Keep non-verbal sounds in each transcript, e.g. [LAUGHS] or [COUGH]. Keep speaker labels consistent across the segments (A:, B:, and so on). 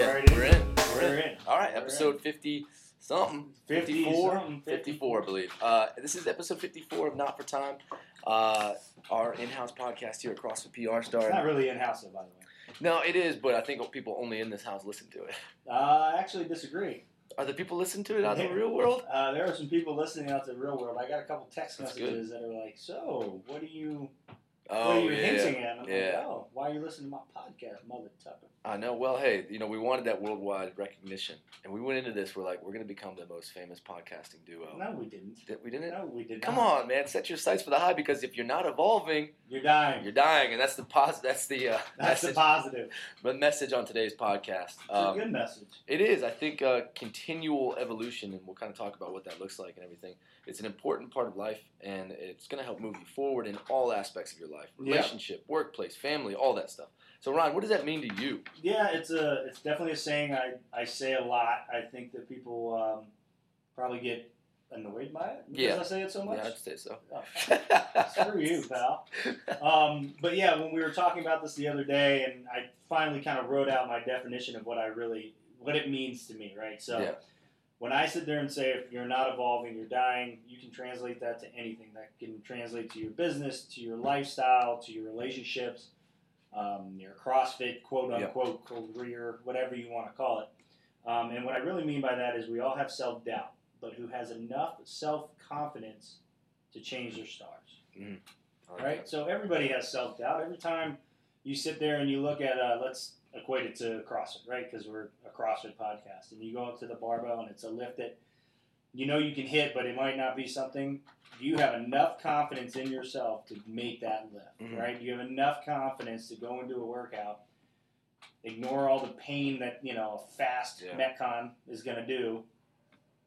A: uh,
B: right.
A: All right, episode 50 something.
B: 50
A: 54,
B: something, 50.
A: 54, I believe. Uh, this is episode 54 of Not for Time, uh, our in house podcast here at CrossFit PR
B: It's not
A: Star.
B: really in house, though, by the way.
A: No, it is, but I think people only in this house listen to it.
B: Uh, I actually disagree.
A: Are the people listening to it out in the real world?
B: Uh, there are some people listening out to the real world. I got a couple text
A: That's
B: messages that are like, "So, what are you? [LAUGHS] what are
A: Oh,
B: you
A: yeah.
B: hinting at?" And I'm
A: Yeah.
B: like, "Oh, why are you listening to my podcast, Mother Tucker?"
A: I know. Well, hey, you know, we wanted that worldwide recognition. And we went into this, we're like, we're going to become the most famous podcasting duo.
B: No, we didn't.
A: That we didn't.
B: No, we did
A: Come
B: not.
A: on, man! Set your sights for the high because if you're not evolving,
B: You're dying.
A: you're dying, and that's the pos- That's the uh,
B: [LAUGHS] That's the
A: message-
B: positive.
A: the message on today's podcast.
B: It's a
A: Um,
B: good message.
A: it is, I think, uh, continual evolution, and we'll kind of talk about what that looks like and everything. It's an important part of life, and it's going to help move you forward in all aspects of your life
B: Yeah.
A: relationship, workplace, family, all that stuff. So, Ron, what does that mean to you?
B: Yeah, it's a it's definitely a saying I, I say a lot. I think that people um, probably get annoyed by it because
A: Yeah.
B: I say it so much.
A: Yeah, I'd say so.
B: Oh, [LAUGHS] Screw
A: [LAUGHS]
B: you, pal. Um, but yeah, when we were talking about this the other day, and I finally kind of wrote out my definition of what I really, what it means to me, right? So
A: Yeah.
B: when I sit there and say, if you're not evolving, you're dying, you can translate that to anything. That can translate to your business, to your lifestyle, to your relationships, um, your CrossFit quote
A: Yeah.
B: unquote career, whatever you want to call it. Um, and what I really mean by that is we all have self doubt, but who has enough self confidence to change their stars right? So everybody has self doubt. Every time you sit there and you look at, uh, let's equate it to CrossFit, right? Because we're a CrossFit podcast, and you go up to the barbell and it's a lift that you know you can hit, but it might not be something. You have enough confidence in yourself to make that lift,
A: Mhm.
B: right? You have enough confidence to go into a workout, ignore all the pain that you know a fast
A: Yeah.
B: metcon is going to do,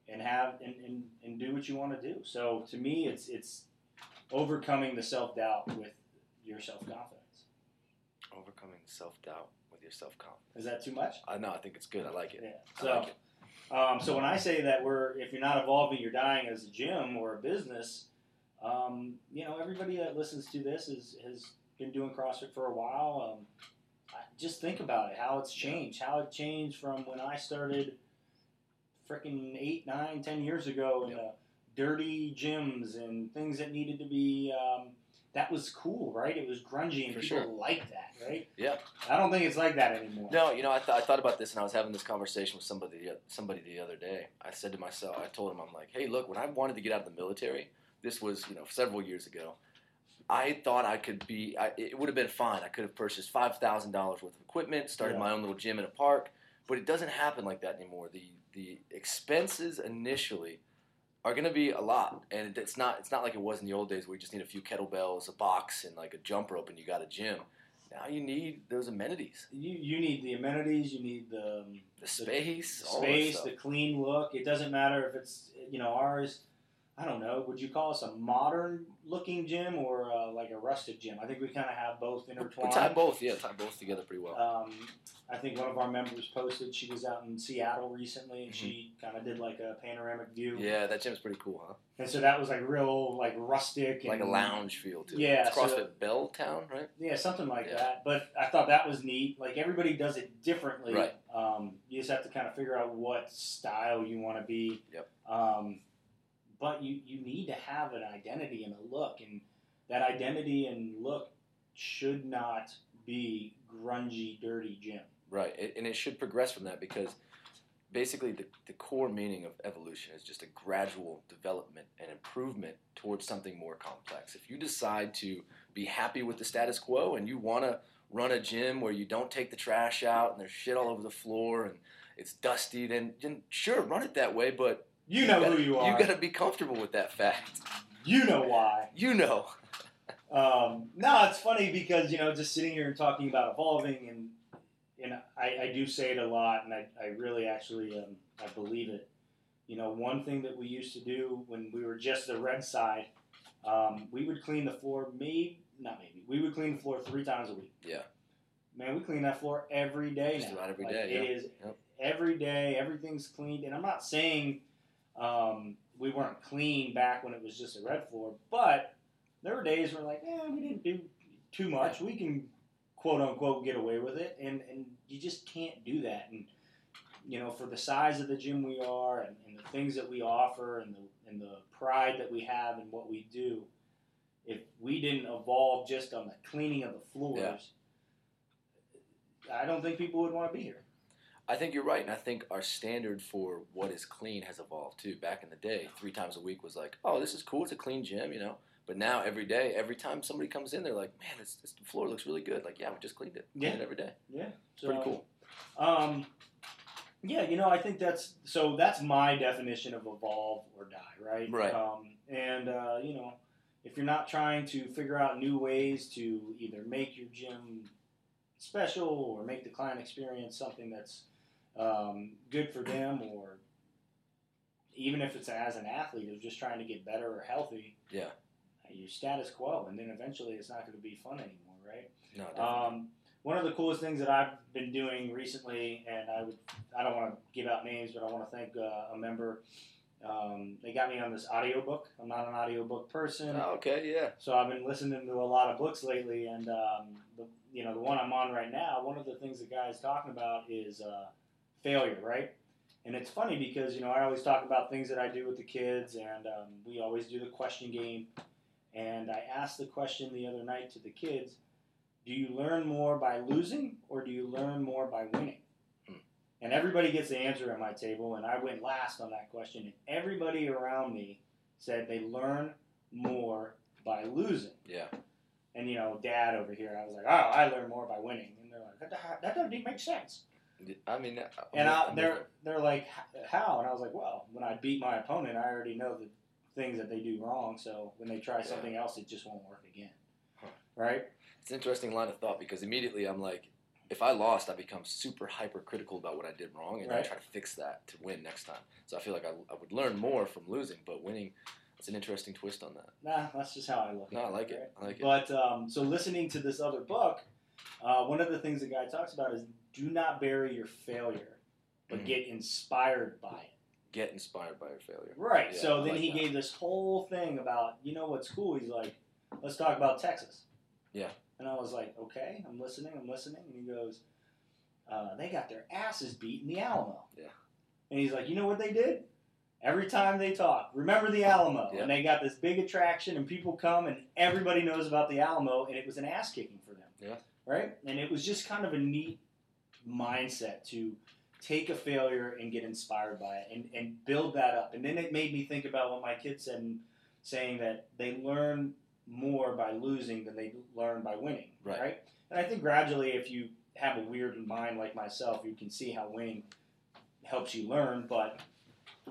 B: and have and, and, and do what you want to do. So to me, it's it's overcoming the self doubt with your self confidence.
A: Overcoming self doubt with your self confidence.
B: Is that too much?
A: I know. I think it's good. I like it.
B: Yeah.
A: I
B: So,
A: like it.
B: um, so when I say that we're if you're not evolving, you're dying as a gym or a business. Um, you know, everybody that listens to this is has been doing CrossFit for a while. Um, I, just think about it, how it's changed, how it changed from when I started, freaking eight, nine, ten years ago in
A: Yeah.
B: the dirty gyms and things that needed to be. Um, that was cool, right? It was grungy and
A: For
B: people
A: sure.
B: liked that, right?
A: Yeah.
B: I don't think it's like that anymore.
A: No, you know, I, th- I thought about this, and I was having this conversation with somebody the, somebody the other day. I said to myself, I told him, I'm like, hey, look, when I wanted to get out of the military, this was you know several years ago. I thought I could be. I, it would have been fine. I could have purchased five thousand dollars worth of equipment, started
B: Yeah.
A: my own little gym in a park. But it doesn't happen like that anymore. The the expenses initially are going to be a lot, and it's not it's not like it was in the old days where you just need a few kettlebells, a box, and like a jump rope, and you got a gym. Now you need those amenities,
B: You, you need the amenities. You need the, um,
A: the space,
B: the
A: all that
B: space,
A: stuff.
B: the clean look. It doesn't matter if it's you know ours. I don't know. Would you call us a modern looking gym or uh, like a rustic gym? I think we kind of have both
A: We tie
B: intertwined.
A: both, yeah, tie both together pretty well.
B: Um, I think one of our members posted she was out in Seattle recently and she kind of did like a panoramic view.
A: Mm-hmm. yeah, that gym's pretty cool, huh?
B: And so that was like real like rustic and
A: Like a lounge feel to it.
B: Yeah,
A: It's
B: so-
A: CrossFit Belltown, right?
B: Yeah, something like
A: Yeah.
B: that. But I thought that was neat. Like everybody does it differently.
A: Right.
B: Um, you just have to kind of figure out what style you want to be.
A: Yep.
B: Um, but you you need to have an identity and a look, and that identity and look should not be grungy, dirty gym.
A: Right, it, and it should progress from that because basically the, the core meaning of evolution is just a gradual development and improvement towards something more complex. If you decide to be happy with the status quo and you want to run a gym where you don't take the trash out and there's shit all over the floor and it's dusty, then, then sure, run it that way, but
B: You know
A: gotta-
B: who you are.
A: You got to be comfortable with that fact.
B: you know why.
A: You know.
B: Um, no, it's funny because you know, just sitting here and talking about evolving, and and I, I do say it a lot, and I, I really actually um, I believe it. You know, one thing that we used to do when we were just the red side, um, we would clean the floor maybe not maybe we would clean the floor three times a week.
A: Yeah.
B: Man, we clean that floor every day
A: Just
B: now.
A: about every
B: Like,
A: day,
B: It
A: yeah.
B: is
A: Yep.
B: every day. Everything's cleaned, and I'm not saying um, we weren't clean back when it was just a red floor, but there were days where like, eh, we didn't do too much. We can quote unquote get away with it, and and you just can't do that. And you know, for the size of the gym we are and, and the things that we offer and the, and the pride that we have in what we do, if we didn't evolve just on the cleaning of the floors, I don't think people would want to be here.
A: I think you're right, and I think our standard for what is clean has evolved too. Back in the day, three times a week was like, oh, this is cool. It's a clean gym, you know. But now every day, every time somebody comes in, they're like, man, this, this the floor looks really good. Like, yeah, we just cleaned it. Clean
B: Yeah.
A: it every day.
B: Yeah.
A: It's pretty cool.
B: Um, yeah, you know, I think that's so. That's my definition of evolve or die, right?
A: Right.
B: Um, and uh, you know, if you're not trying to figure out new ways to either make your gym special or make the client experience something that's um, good for them, or even if it's as an athlete who's just trying to get better or healthy,
A: Yeah.
B: you're status quo, and then eventually it's not going to be fun anymore, right?
A: No, definitely.
B: Um, one of the coolest things that I've been doing recently, and I would, I don't want to give out names, but I want to thank uh, a member. Um, they got me on this audiobook. I'm not an audiobook person,
A: Oh, okay, yeah.
B: so I've been listening to a lot of books lately. And um, the, you know, the one I'm on right now, one of the things the guy is talking about is uh, failure, right? And it's funny because you know I always talk about things that I do with the kids, and um, we always do the question game. And I asked the question the other night to the kids do you learn more by losing or do you learn more by winning?
A: Hmm.
B: And everybody gets the answer at my table, and I went last on that question, and everybody around me said they learn more by losing.
A: Yeah.
B: And you know, dad over here, I was like, oh, I learn more by winning. And they're like, that, that- that doesn't even make sense.
A: I mean, I'm
B: and uh, I,
A: with- I'm with
B: they're
A: it.
B: they're like, "H- how? And I was like, well, when I beat my opponent, I already know the things that they do wrong. So when they try
A: Yeah.
B: something else, it just won't work again.
A: Huh.
B: Right?
A: It's an interesting line of thought because immediately I'm like, if I lost, I become super hypercritical about what I did wrong, and I
B: Right.
A: try to fix that to win next time. So I feel like I, I would learn more from losing, but winning, it's an interesting twist on that.
B: Nah, that's just how I look.
A: No,
B: at
A: I
B: right?
A: like it. I like it.
B: But um, so listening to this other book, uh, one of the things the guy talks about is do not bury your failure, but
A: Mhm.
B: get inspired by it.
A: Get inspired by your failure.
B: Right.
A: Yeah, I
B: so then
A: like
B: he
A: that.
B: gave this whole thing about you know what's cool. He's like, let's talk about Texas.
A: Yeah.
B: And I was like, okay, I'm listening. I'm listening. And he goes, uh, they got their asses beat in the Alamo.
A: Yeah.
B: And he's like, you know what they did? Every time they talk, remember the Alamo.
A: Yeah.
B: And they got this big attraction, and people come, and everybody knows about the Alamo, and it was an ass kicking for them.
A: Yeah.
B: Right? And it was just kind of a neat mindset to take a failure and get inspired by it and, and build that up. And then it made me think about what my kids said, and saying that they learn more by losing than they learn by winning.
A: Right.
B: And I think gradually, if you have a weird mind like myself, you can see how winning helps you learn. But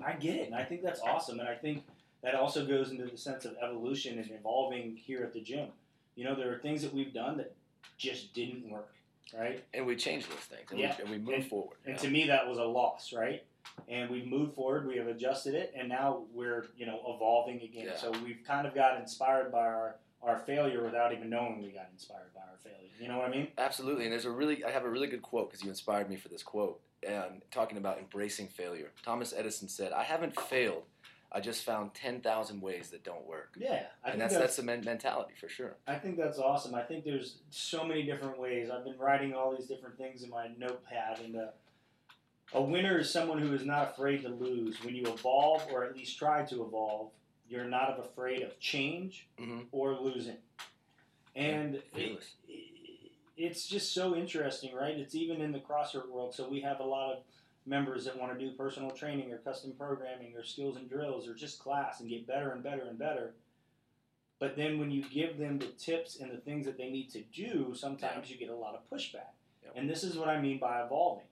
B: I get it, and I think that's awesome. And I think that also goes into the sense of evolution and evolving here at the gym. You know, there are things that we've done that just didn't work, right?
A: And we change those things, and,
B: Yeah.
A: we, and we move
B: And-
A: forward.
B: And
A: yeah.
B: to me, that was a loss, right? And we've moved forward, we have adjusted it, and now we're you know evolving again.
A: Yeah.
B: So we've kind of got inspired by our our failure without even knowing we got inspired by our failure. You know what I mean?
A: Absolutely, and there's a really I have a really good quote because you inspired me for this quote and talking about embracing failure. Thomas Edison said, "I haven't failed. I just found ten thousand ways that don't work."
B: Yeah, I
A: and
B: think
A: that's that's the men- mentality for sure.
B: I think that's awesome. I think there's so many different ways. I've been writing all these different things in my notepad, and uh, a winner is someone who is not afraid to lose. When you evolve, or at least try to evolve, you're not afraid of change
A: Mhm.
B: or losing. And it,
A: fearless.
B: it's just so interesting, right? It's even in the CrossFit world. So we have a lot of members that want to do personal training or custom programming or skills and drills or just class and get better and better and better. But then when you give them the tips and the things that they need to do, sometimes you get a lot of pushback.
A: Yep.
B: And this is what I mean by evolving.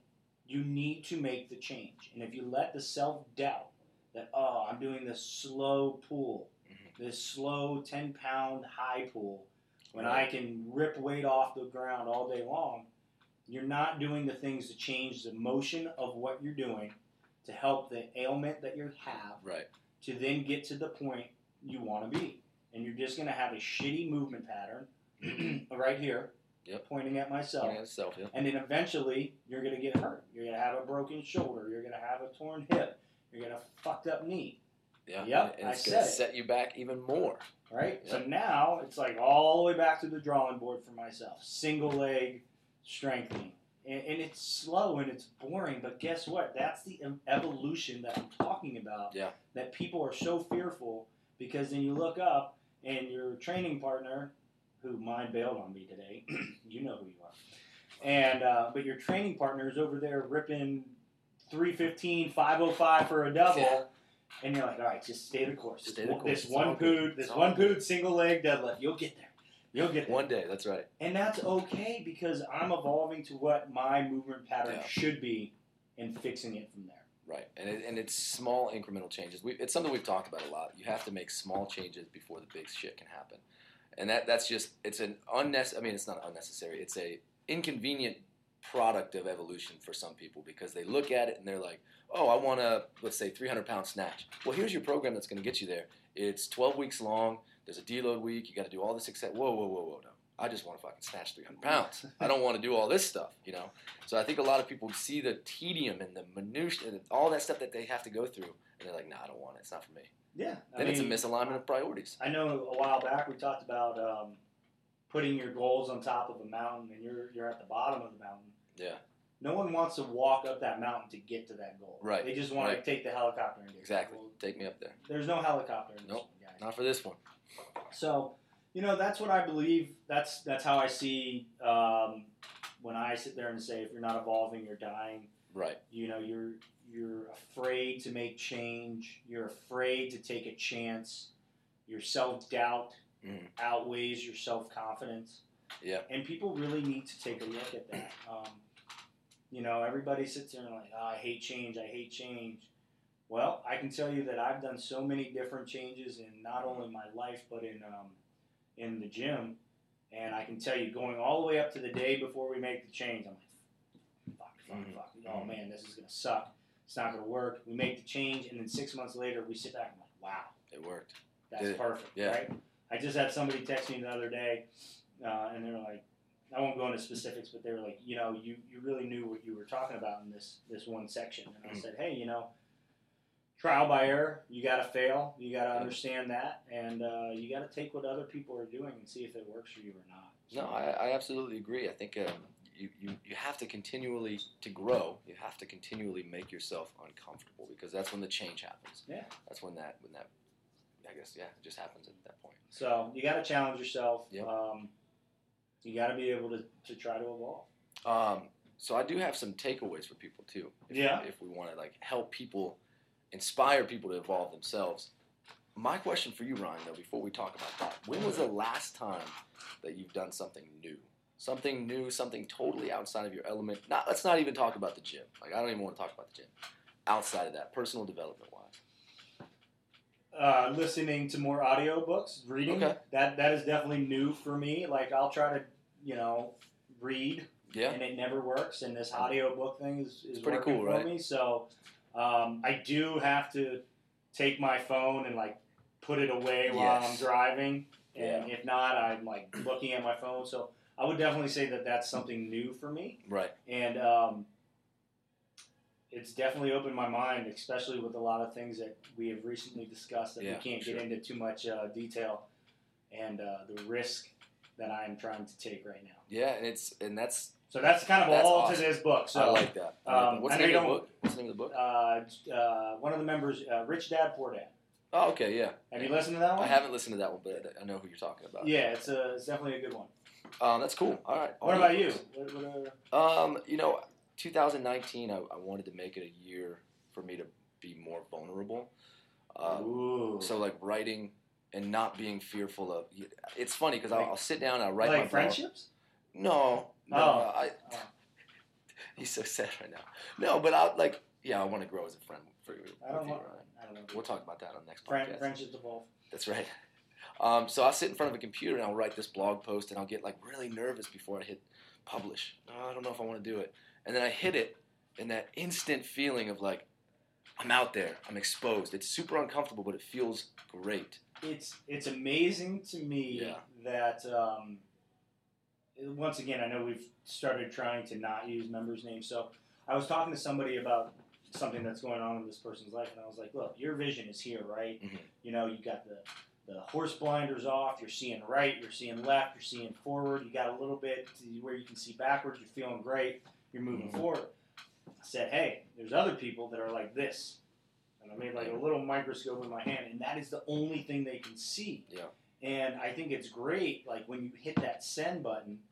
B: You need to make the change. And if you let the self doubt that, oh, I'm doing this slow pull,
A: Mhm.
B: this slow 10 pound high pull, when I
A: Right.
B: can rip weight off the ground all day long, you're not doing the things to change the motion of what you're doing to help the ailment that you have
A: Right.
B: to then get to the point you want to be. And you're just going to have a shitty movement pattern [CLEARS THROAT] right here,
A: Yep.
B: pointing at myself.
A: Yeah, self, yeah.
B: And then eventually, you're going to get hurt. You're going to have a broken shoulder. You're going to have a torn hip. You're going to have a fucked up knee,
A: Yeah.
B: Yep,
A: And, and it's
B: I
A: gonna
B: said it.
A: set you back even more.
B: right? So
A: Yep.
B: now it's like all the way back to the drawing board for myself. Single leg strengthening. and, and it's slow and it's boring. But guess what? That's the ev- evolution that I'm talking about.
A: Yeah.
B: That people are so fearful because then you look up and your training partner, who mine bailed on me today, [CLEARS THROAT] you know who you are, and uh, but your training partner is over there ripping 315, 505 for a double.
A: Yeah.
B: And you're like, all right, just stay the course. This
A: Stay the
B: one-
A: course.
B: This
A: It's all
B: one
A: good.
B: pood, this
A: It's all
B: one
A: good.
B: pood single leg deadlift. You'll get there. You'll get there.
A: One day, that's right.
B: And that's okay because I'm evolving to what my movement pattern
A: Yeah.
B: should be and fixing it from there.
A: Right, and it, and it's small incremental changes. We, it's something we've talked about a lot. You have to make small changes before the big shit can happen, and that that's just it's an unnecessary. I mean, it's not unnecessary. It's a inconvenient product of evolution for some people because they look at it and they're like, oh, I want to let's say 300 pound snatch. Well, here's your program that's going to get you there. It's 12 weeks long. There's a deload week. You got to do all this except whoa, whoa, whoa, whoa, no. I just want to fucking snatch 300 pounds. I don't want to do all this stuff, you know. So I think a lot of people see the tedium and the minutiae and all that stuff that they have to go through, and they're like, "Nah, I don't want it. It's not for me."
B: [LAUGHS] Yeah. I
A: Then it's a
B: mean,
A: misalignment of priorities.
B: I know a while back we talked about um, putting your goals on top of a mountain and you're, you're at the bottom of the mountain.
A: Yeah,
B: No one wants to walk up that mountain to get to that goal.
A: Right,
B: They just want
A: right.
B: to take the helicopter and get there.
A: exactly.
B: Well,
A: Take me up there.
B: there's no helicopter in this one,
A: Nope.
B: guys.
A: Not for this one.
B: So, you know, that's what I believe. That's that's how I see um, when I sit there and say, if you're not evolving, you're dying.
A: Right.
B: You know, you're you're afraid to make change. You're afraid to take a chance. Your self doubt
A: Mhm.
B: outweighs your self confidence.
A: Yeah.
B: And people really need to take a look at that. Um, you know, everybody sits there and like, oh, I hate change. I hate change. Well, I can tell you that I've done so many different changes in not only my life but in um, in the gym, and I can tell you going all the way up to the day before we make the change, I'm like, fuck, fuck,
A: Mhm.
B: fuck. Oh man, this is gonna suck. It's not gonna work. We make the change, and then six months later, we sit back and I'm like, wow,
A: It worked.
B: that's
A: Did it.
B: perfect,
A: Yeah.
B: right? I just had somebody text me the other day, uh, and they're like, I won't go into specifics, but they were like, you know, you, you really knew what you were talking about in this this one section, and I
A: Mm.
B: said, hey, you know, trial by error, you got to fail, you got to
A: Yeah.
B: understand that, and uh, you got to take what other people are doing and see if it works for you or not.
A: No, I, I absolutely agree. I think um, you, you, you have to continually to grow. You have to continually make yourself uncomfortable because that's when the change happens.
B: Yeah.
A: That's when that when that I guess yeah it just happens at that point.
B: So you got to challenge yourself.
A: Yep.
B: Um, you got to be able to, to try to evolve.
A: Um, so I do have some takeaways for people too. If,
B: Yeah.
A: If we want to like help people, inspire people to evolve themselves. My question for you, Ryan, though, before we talk about that, when was the last time that you've done something new? Something new, something totally outside of your element. Not let's not even talk about the gym. Like I don't even want to talk about the gym. Outside of that, personal development wise.
B: uh, listening to more audiobooks, reading.
A: Okay.
B: That that is definitely new for me. Like I'll try to, you know, read
A: Yeah.
B: and it never works and this audiobook thing is, is
A: pretty
B: working
A: cool,
B: for
A: right?
B: me. So um, I do have to take my phone and like put it away while I'm
A: Yes.
B: driving. And if not, I'm like looking at my phone. So I would definitely say that that's something new for me
A: Right.
B: and um, it's definitely opened my mind, especially with a lot of things that we have recently discussed that
A: Yeah,
B: we can't
A: sure.
B: get into too much uh, detail, and uh, the risk that I am trying to take right now.
A: Yeah, and it's and that's
B: So that's kind of
A: That's
B: all
A: awesome.
B: to this book.
A: I
B: So
A: like that. I like
B: um,
A: that. What's
B: I
A: the
B: know
A: name of
B: you
A: the
B: don't-
A: book? What's the name of the book?
B: uh, uh, one of the members, uh, Rich Dad Poor Dad.
A: Oh, okay, yeah.
B: Have you listened to that one?
A: I haven't listened to that one, but I know who you're talking about.
B: Yeah, it's a, it's definitely a good one.
A: Um, that's cool. All right.
B: What
A: Audiobooks.
B: about you? What, what are,
A: Um, you know, 2019, I, I wanted to make it a year for me to be more vulnerable. Um,
B: uh, Ooh.
A: so like writing and not being fearful of. It's funny because I'll, I'll sit down and I'll write my
B: like
A: blog.
B: friendships?
A: No, no,
B: Oh.
A: I,
B: Oh.
A: [LAUGHS] he's so sad right now. No, but I like yeah, I want to grow as a friend for you.
B: I don't
A: with you,
B: want-
A: Ryan.
B: I don't know.
A: We'll talk about that on the next
B: Friend,
A: podcast.
B: friendships evolve.
A: That's right. Um, so I'll sit in front of a computer and I'll write this blog post and I'll get like really nervous before I hit publish. Oh, I don't know if I want to do it. And then I hit it and that instant feeling of like, I'm out there, I'm exposed. It's super uncomfortable, but it feels great.
B: it's it's amazing to me
A: Yeah.
B: that um, once again I know we've started trying to not use members' names. So I was talking to somebody about something that's going on in this person's life, and I was like, "Look, your vision is here, right?
A: Mhm.
B: You know, you got the the horse blinders off. You're seeing right, you're seeing left, you're seeing forward. You got a little bit to where you can see backwards. You're feeling great." You're moving
A: Mhm.
B: forward. I said, hey, there's other people that are like this. And I made like a
A: Mm-hmm.
B: little microscope in my hand, and that is the only thing they can see.
A: Yeah.
B: And I think it's great, like when you hit that send button,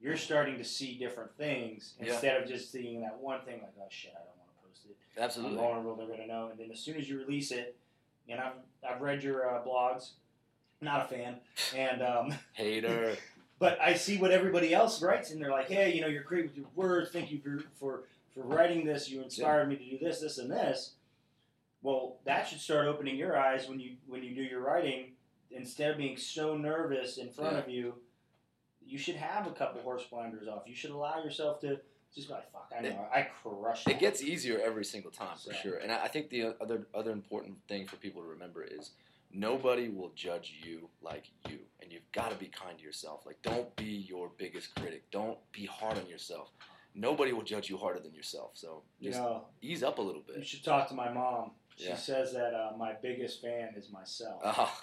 B: you're starting to see different things
A: Yeah.
B: instead of just seeing that one thing, like, oh shit, I don't want to post it. I'm
A: Absolutely.
B: vulnerable. They're gonna know. And then as soon as you release it, and I've I've read your uh, blogs, not a fan, and um, [LAUGHS]
A: Hater.
B: but I see what everybody else writes, and they're like, hey, you know, you're great with your words. Thank you for for for writing this. You inspired me to do this, this, and this. Well, that should start opening your eyes when you when you do your writing. Instead of being so nervous in front
A: Yeah.
B: of you, you should have a couple horse blinders off. You should allow yourself to just be like, fuck, I know, I crushed
A: It gets easier every single time
B: So-
A: for sure. And I I think the other other important thing for people to remember is nobody will judge you like you, and you've got to be kind to yourself. Like don't be your biggest critic. Don't be hard on yourself. Nobody will judge you harder than yourself. So
B: you
A: just
B: know.
A: ease up a little
B: You
A: bit.
B: should talk to my mom. She
A: Yeah.
B: says that uh, my biggest fan is myself.
A: Oh,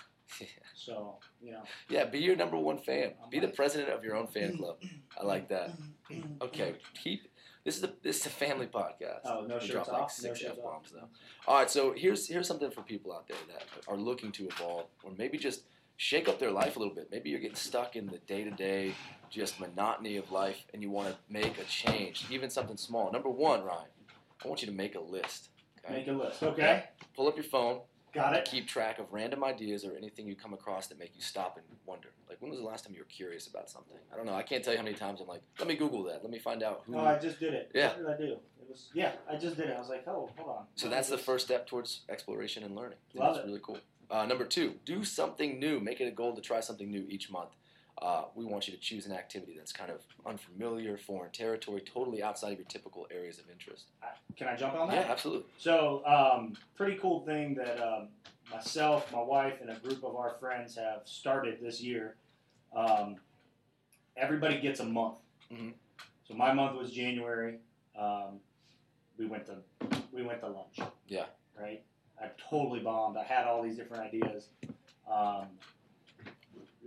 B: So you know.
A: [LAUGHS] yeah, be your number one fan.
B: I'm
A: Be the
B: like-
A: president of your own fan club.
B: [LAUGHS]
A: I like that. [CLEARS THROAT] Okay, keep. This is a this is a family
B: [CLEARS THROAT]
A: podcast.
B: Oh no
A: We
B: shirts
A: dropped
B: off.
A: like six
B: no
A: F
B: shirts off.
A: bombs though. All right, so here's here's something for people out there that are looking to evolve, or maybe just shake up their life a little bit. Maybe you're getting stuck in the day to day, just monotony of life, and you want to make a change, even something small. Number one, Ryan, I want you to make a list. Okay?
B: Make a list. Okay,
A: Pull up your phone.
B: got
A: and
B: it.
A: Keep track of random ideas or anything you come across that make you stop and wonder. Like, when was the last time you were curious about something? I don't know. I can't tell you how many times I'm like, let me Google that. Let me find out who.
B: No, Oh, I just did it.
A: Hmm. Yeah.
B: What did I do? It was yeah. I just did it. I was like, oh, hold on.
A: So that's the first step towards exploration and learning. I think
B: Love
A: that's
B: it.
A: really cool. Uh, number two, do something new. Make it a goal to try something new each month. Uh, we want you to choose an activity that's kind of unfamiliar, foreign territory, totally outside of your typical areas of interest.
B: Can I jump on that?
A: Yeah, absolutely.
B: So, um, pretty cool thing that um, myself, my wife, and a group of our friends have started this year. Um, everybody gets a month.
A: Mhm.
B: So my month was January. Um, we went to we went to lunch.
A: Yeah.
B: Right. I totally bombed. I had all these different ideas. Um,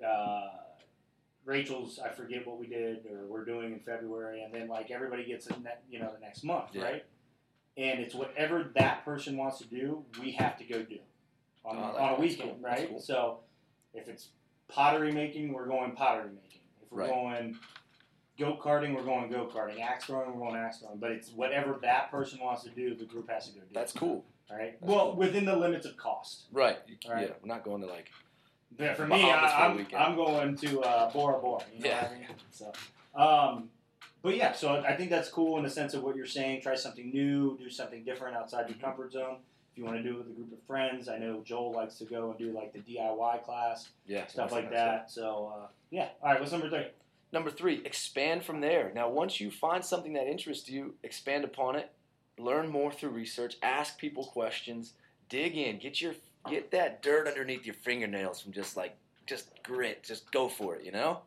B: uh, Rachel's, I forget what we did or we're doing in February, and then like everybody gets it, ne- you know, the next month,
A: Yeah.
B: right? And it's whatever that person wants to do, we have to go do on,
A: Oh, I
B: on
A: like that.
B: a
A: That's
B: weekend,
A: cool. That's
B: right?
A: cool.
B: So if it's pottery making, we're going pottery making. If we're
A: Right.
B: going go karting, we're going go karting. Axe throwing, we're going axe throwing. But it's whatever that person wants to do, the group has to go do.
A: That's cool.
B: all right.
A: that's
B: well,
A: cool.
B: within the limits of cost.
A: Right. You-
B: Right.
A: Yeah, we're not going to like.
B: But for me,
A: Bahamas for the
B: I, I'm,
A: weekend.
B: I'm going to uh, Bora Bora. You know
A: Yeah.
B: what I mean? So, um, but yeah, so I think that's cool in the sense of what you're saying. Try something new, do something different outside
A: Mm-hmm.
B: your comfort zone. If you want to do it with a group of friends, I know Joel likes to go and do like the DIY class,
A: Yeah,
B: stuff
A: something
B: like that. So uh, yeah, all right. What's number three?
A: Number three, expand from there. Now, once you find something that interests you, expand upon it, learn more through research, ask people questions, dig in, get your get that dirt underneath your fingernails from just like just grit, just go for it, you know?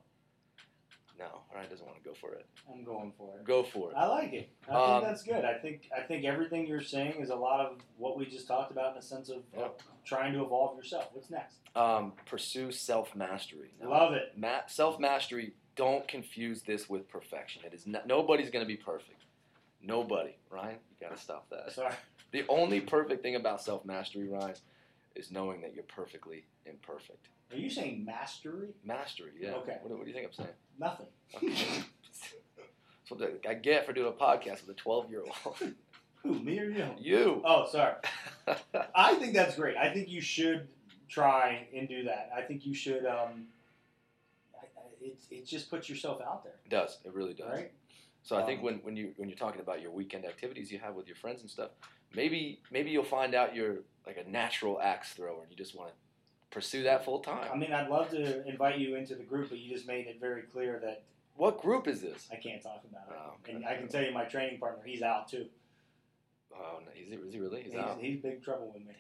A: No, Ryan doesn't want to go for it.
B: I'm going for it.
A: Go for it.
B: I like it. I
A: Um,
B: think that's good. I think I think everything you're saying is a lot of what we just talked about in the sense of uh, trying to evolve yourself. What's next?
A: Um, pursue self mastery.
B: Love it.
A: Ma- self mastery. Don't confuse this with perfection. It is not, nobody's going to be perfect. Nobody, Ryan. You got to stop that.
B: Sorry.
A: The only perfect thing about self mastery, Ryan, is knowing that you're perfectly imperfect.
B: Are you saying mastery?
A: Mastery, yeah.
B: Okay.
A: What, do- what do you think I'm saying?
B: Nothing.
A: Okay. [LAUGHS] That's what I get for doing a podcast with a 12 year old.
B: Who, me or you?
A: [LAUGHS] you.
B: Oh,
A: [LAUGHS]
B: sorry. I think that's great. I think you should try and do that. I think you should. Um, I- I- it, it just puts yourself out there,
A: it does. It really does.
B: right?
A: So I think
B: Um,
A: when, when you when you're talking about your weekend activities you have with your friends and stuff, maybe maybe you'll find out you're like a natural axe thrower and you just want to pursue that full
B: I
A: time.
B: mean, I'd love to invite you into the group, but you just made it very clear that
A: What group is this?
B: I can't talk about it.
A: Oh, okay.
B: And I can tell you, my training partner, he's out too.
A: Oh, no, is he is he really? He's
B: he's,
A: out.
B: he's big trouble with me.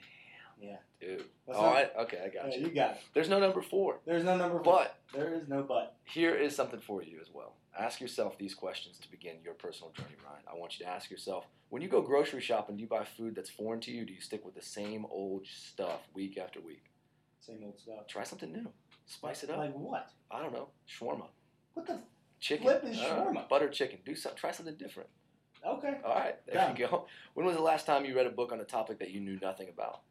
B: Yeah.
A: Dude.
B: That's
A: oh,
B: not-
A: I, okay, I got
B: Yeah,
A: you.
B: you got it.
A: There's no number four,
B: There's no number. four.
A: but
B: there is no but.
A: here is something for you as well. Ask yourself these questions to begin your personal journey, Ryan. I want you to ask yourself when you go grocery shopping, do you buy food that's foreign to you? Do you stick with the same old stuff week after week?
B: Same old stuff.
A: Try something new. Spice it up.
B: Like what?
A: I don't know. Shawarma.
B: What the?
A: Chicken.
B: Flip is
A: I don't know,
B: shawarma.
A: Butter chicken. Do some, try something different.
B: Okay. [SIGHS]
A: All right, there
B: Done.
A: you go. When was the last time you read a book on a topic that you knew nothing about?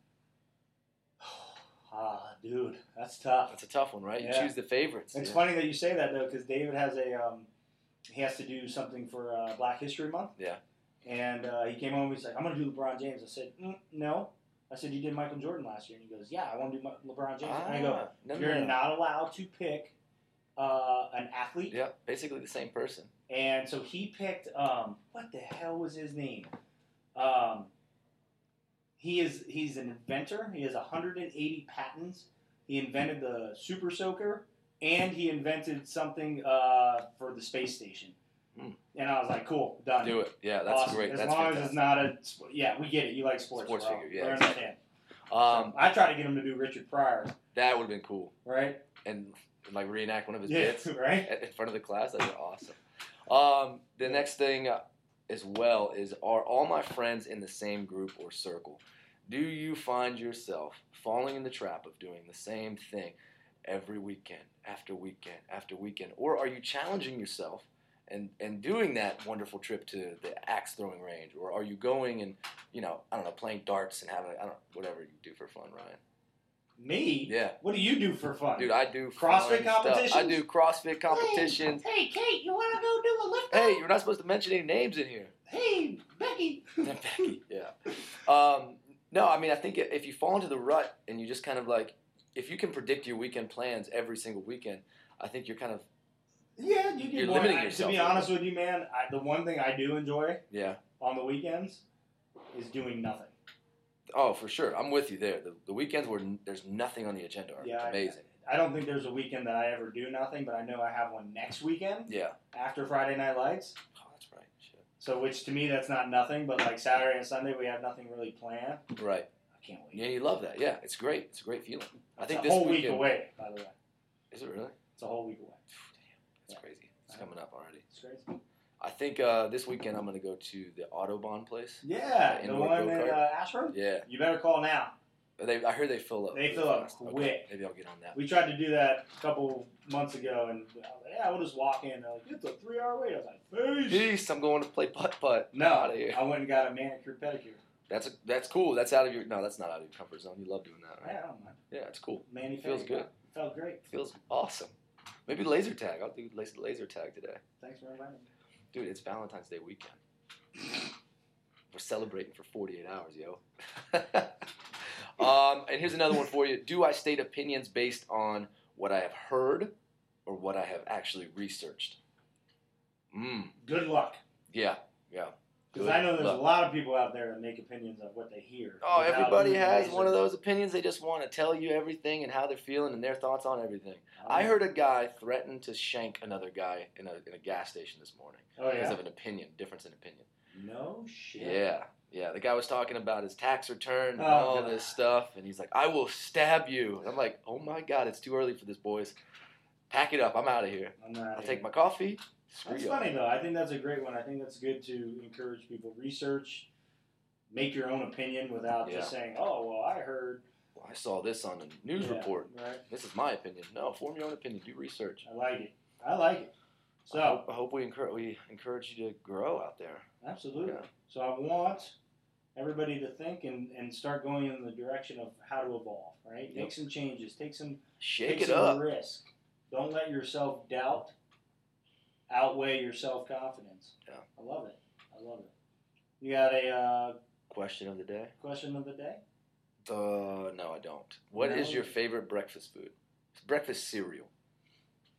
B: ah, dude, that's tough.
A: That's a tough one, right? You
B: Yeah.
A: choose the favorites.
B: It's
A: Yeah.
B: funny that you say that though, because David has a um, he has to do something for uh, Black History Month.
A: Yeah.
B: And uh, he came home. He's like, "I'm going to do LeBron James." I said, mm, "No." I said, "You did Michael Jordan last year," and he goes, "Yeah, I want to do Mi- LeBron James." and I go,
A: Ah, no, no,
B: "You're
A: no.
B: not allowed to pick uh, an athlete."
A: Yeah, basically the same person.
B: And so he picked um, what the hell was his name? Um, he is he's an inventor. He has 180 patents. He invented the super soaker, and he invented something uh, for the space station.
A: Hmm.
B: And I was like, cool, done.
A: Do it. Yeah, that's
B: Awesome.
A: great.
B: As
A: that's
B: long
A: fantastic.
B: as it's not a sp- yeah, we get it. You like sports,
A: Sports
B: bro.
A: figure, yeah,
B: We
A: exactly.
B: understand.
A: um,
B: I try to get him to do Richard Pryor,
A: that would have been cool,
B: right?
A: and like reenact one of his
B: Yeah, [LAUGHS]
A: bits
B: right.
A: at- in front of the class. That'd be awesome. Um, the next thing uh, as well is: Are all my friends in the same group or circle? Do you find yourself falling in the trap of doing the same thing every weekend after weekend after weekend, or are you challenging yourself? And, and doing that wonderful trip to the axe throwing range, or are you going and you know I don't know playing darts and having I don't whatever you do for fun, Ryan?
B: Me?
A: Yeah,
B: What do you do for fun?
A: Dude, I do
B: CrossFit
A: fun stuff. I
B: competitions?
A: do CrossFit competitions.
B: Hey, Kate, you want to go do a lift?
A: Hey, you're not supposed to mention any names in
B: [LAUGHS]
A: here. [LAUGHS]
B: Hey, Becky.
A: Becky, yeah. Um, no, I mean, I think if you fall into the rut and you just kind of like, if you can predict your weekend plans every single weekend, I think you're kind of
B: Yeah, you
A: You're
B: can. one.
A: limiting
B: I-
A: yourself
B: To be
A: a little
B: honest with you, man, I, the one thing I do enjoy
A: yeah.
B: on the weekends is doing nothing.
A: Oh, for sure, I'm with you there. The, the weekends where n- there's nothing on the agenda are
B: Yeah, I-
A: amazing.
B: I don't think there's a weekend that I ever do nothing, but I know I have one next weekend
A: yeah.
B: after Friday Night Lights.
A: Oh, that's right. Shit.
B: So, which to me, that's not nothing, but like Saturday and Sunday, we have nothing really planned.
A: Right.
B: I can't wait.
A: Yeah, you love that. Yeah, it's great. It's a great feeling. I think
B: it's a
A: this
B: whole
A: weekend,
B: week away, by the way.
A: Is it really?
B: It's a whole week away.
A: It's
B: Yeah.
A: crazy. It's
B: Uh-huh.
A: coming up already.
B: It's crazy.
A: I think uh, this weekend I'm gonna go to the Autobahn place.
B: Yeah, the
A: indoor
B: one in
A: go-kart.
B: uh, Ashford.
A: Yeah,
B: You better call now.
A: they, I heard they fill up.
B: They
A: really
B: fill up
A: fast. Okay,
B: quick.
A: Maybe I'll get on that.
B: We tried to do that a couple months ago, and I was like, yeah, we'll just walk in. They're like, it's a three-hour wait. I was like, "Peace."
A: Peace. I'm going to play putt putt.
B: No,
A: Outta here.
B: I went and got a manicure pedicure.
A: That's that's cool. That's out of your no. That's not out of your comfort zone. You love doing that, right?
B: Yeah, I don't mind.
A: Yeah, it's cool.
B: Manny
A: Feels
B: pedicure.
A: good.
B: Felt great.
A: Feels awesome. Maybe laser tag. I'll do laser laser tag today,
B: Thanks for inviting me.
A: dude. It's Valentine's Day weekend. We're celebrating for 48 hours, yo. [LAUGHS] um, and here's another one for you. Do I state opinions based on what I have heard or what I have actually researched? Mm,
B: Good luck,
A: yeah, yeah.
B: because
A: Good
B: I know there's
A: luck.
B: a lot of people out there that make opinions of what they hear.
A: Oh,
B: without
A: everybody
B: doing
A: has
B: research.
A: one of those opinions. They just want to tell you everything and how they're feeling and their thoughts on everything.
B: don't
A: I
B: know.
A: heard a guy threaten to shank another guy in a, in a gas station this morning
B: Oh
A: because
B: yeah.
A: of an opinion, difference in opinion.
B: No shit.
A: Yeah. yeah, the guy was talking about his tax return and
B: Oh,
A: all
B: God.
A: this stuff, and he's like, "I will stab you." And I'm like, "Oh my God, it's too early for this, boys. Pack it up. I'm out of here.
B: I'm not.
A: I'll take my coffee. Screw
B: That's
A: you."
B: funny though. I think that's a great one. I think that's good to encourage people research, make your own opinion without just saying, "Oh, well, I heard."
A: Well, I saw this on the news
B: Yeah,
A: report.
B: Right.
A: This is my opinion. No, form your own opinion. Do research.
B: I like it. I like it.
A: I
B: So
A: hope, I hope we encourage we encourage you to grow out there.
B: absolutely.
A: Yeah.
B: So I want everybody to think and, and start going in the direction of how to evolve. Right.
A: Yep.
B: Make some changes. Take some.
A: Shake
B: take
A: it
B: some
A: up.
B: Risk. Don't let your self doubt outweigh your self confidence.
A: Yeah.
B: I love it. I love it. You got a uh,
A: Question of the day.
B: question of the day?
A: Uh, no, I don't. What is
B: No.
A: your favorite breakfast food? Breakfast cereal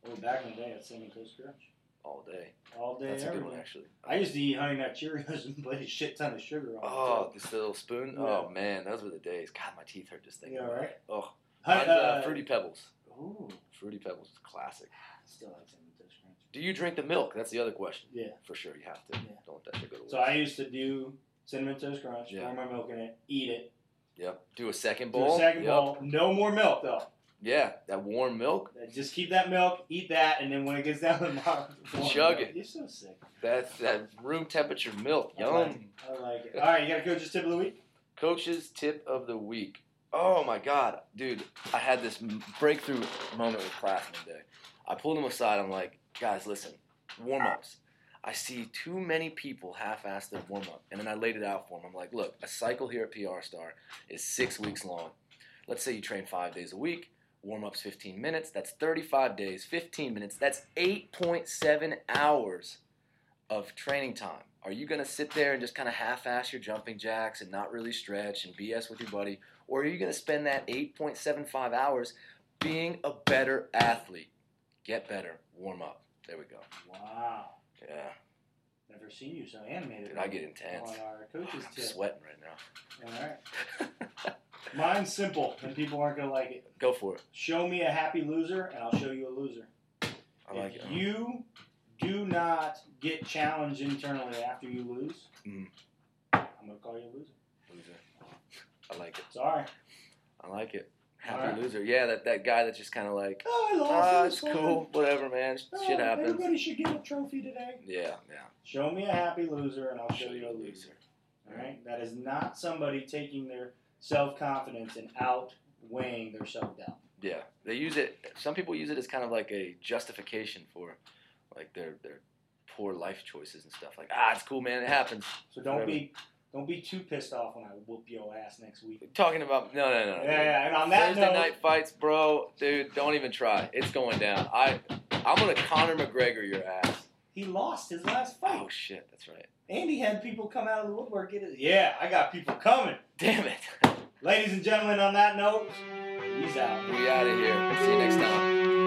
B: Oh, back in the day, at Cinnamon Toast Crunch.
A: all day.
B: All day,
A: That's a
B: every
A: good one,
B: day.
A: actually.
B: I used to eat Honey Nut Cheerios [LAUGHS] and put a shit ton of sugar on
A: Oh, this little spoon.
B: Yeah.
A: Oh man, those were the days. God, my teeth hurt just
B: it.
A: thinking.
B: Yeah,
A: about it.
B: right?
A: Oh,
B: Honey,
A: mine's, uh, fruity pebbles.
B: Ooh,
A: Fruity pebbles is classic.
B: I still like Cinnamon Toast Crunch.
A: Do you drink the milk? That's the other question.
B: Yeah.
A: For sure, you have to.
B: Yeah.
A: Don't let that shit go to waste.
B: So I used to do Cinnamon Toast Crunch,
A: Yeah.
B: pour my milk in it, eat it.
A: yep. Do a second
B: Do
A: bowl.
B: a second
A: Yep.
B: bowl. No more milk, though.
A: Yeah, that warm milk.
B: Just keep that milk, eat that, and then when it gets down to the bottom, [LAUGHS]
A: Chug it.
B: You're so sick.
A: That that room temperature milk.
B: I like
A: Yum.
B: it. I like it. All right, you got a coach's tip of the week?
A: Coach's tip of the week. Oh my God, dude! I had this m- breakthrough moment with class one day. I pulled them aside. I'm like, guys, listen, warm ups. I see too many people half-ass their warm-up, and then I laid it out for them. I'm like, look, a cycle here at PR Star is six weeks long. Let's say you train five days a week, warm-up's 15 minutes. That's 35 days, 15 minutes. That's 8.7 hours of training time. Are you going to sit there and just kind of half-ass your jumping jacks and not really stretch and BS with your buddy, or are you going to spend that 8.75 hours being a better athlete? Get better, warm up. There we go.
B: Wow.
A: Yeah,
B: Never seen you so animated.
A: dude, I get intense.
B: on our
A: I'm [LAUGHS]
B: coaches tip.
A: sweating right
B: All right.
A: now. [LAUGHS]
B: Mine's simple, and people aren't gonna like it.
A: go for it.
B: Show me a happy loser, and I'll show you a loser.
A: I like
B: if
A: it.
B: you do not get challenged internally after you lose,
A: Mm.
B: I'm gonna call you a loser.
A: Loser. I like it.
B: Sorry.
A: I like it.
B: All
A: Happy
B: right.
A: loser. Yeah, that, that guy that's just kind of like,
B: Oh, I lost.
A: ah,
B: it was
A: it's
B: fun.
A: cool, whatever, man.
B: Oh,
A: Shit happens.
B: Everybody should get a trophy today.
A: Yeah, yeah.
B: Show me a happy loser, and I'll show you a loser. All right. That is not somebody taking their self confidence and outweighing their self doubt.
A: Yeah, they use it. Some people use it as kind of like a justification for, like their their poor life choices and stuff. Like, ah, it's cool, man. It happens.
B: So don't be don't be too pissed off when I whoop your ass next week.
A: Talking about no, no, no.
B: Yeah,
A: no.
B: yeah. And on that
A: Thursday
B: note,
A: night fights, bro, dude. Don't even try. It's going down. I, I'm gonna Conor McGregor your ass.
B: he lost his last fight.
A: Oh shit, that's right.
B: And he had people come out of the woodwork. Get it? Yeah, I got people coming.
A: Damn it. [LAUGHS]
B: Ladies and gentlemen, on that note, he's out.
A: We out of here. See you next time.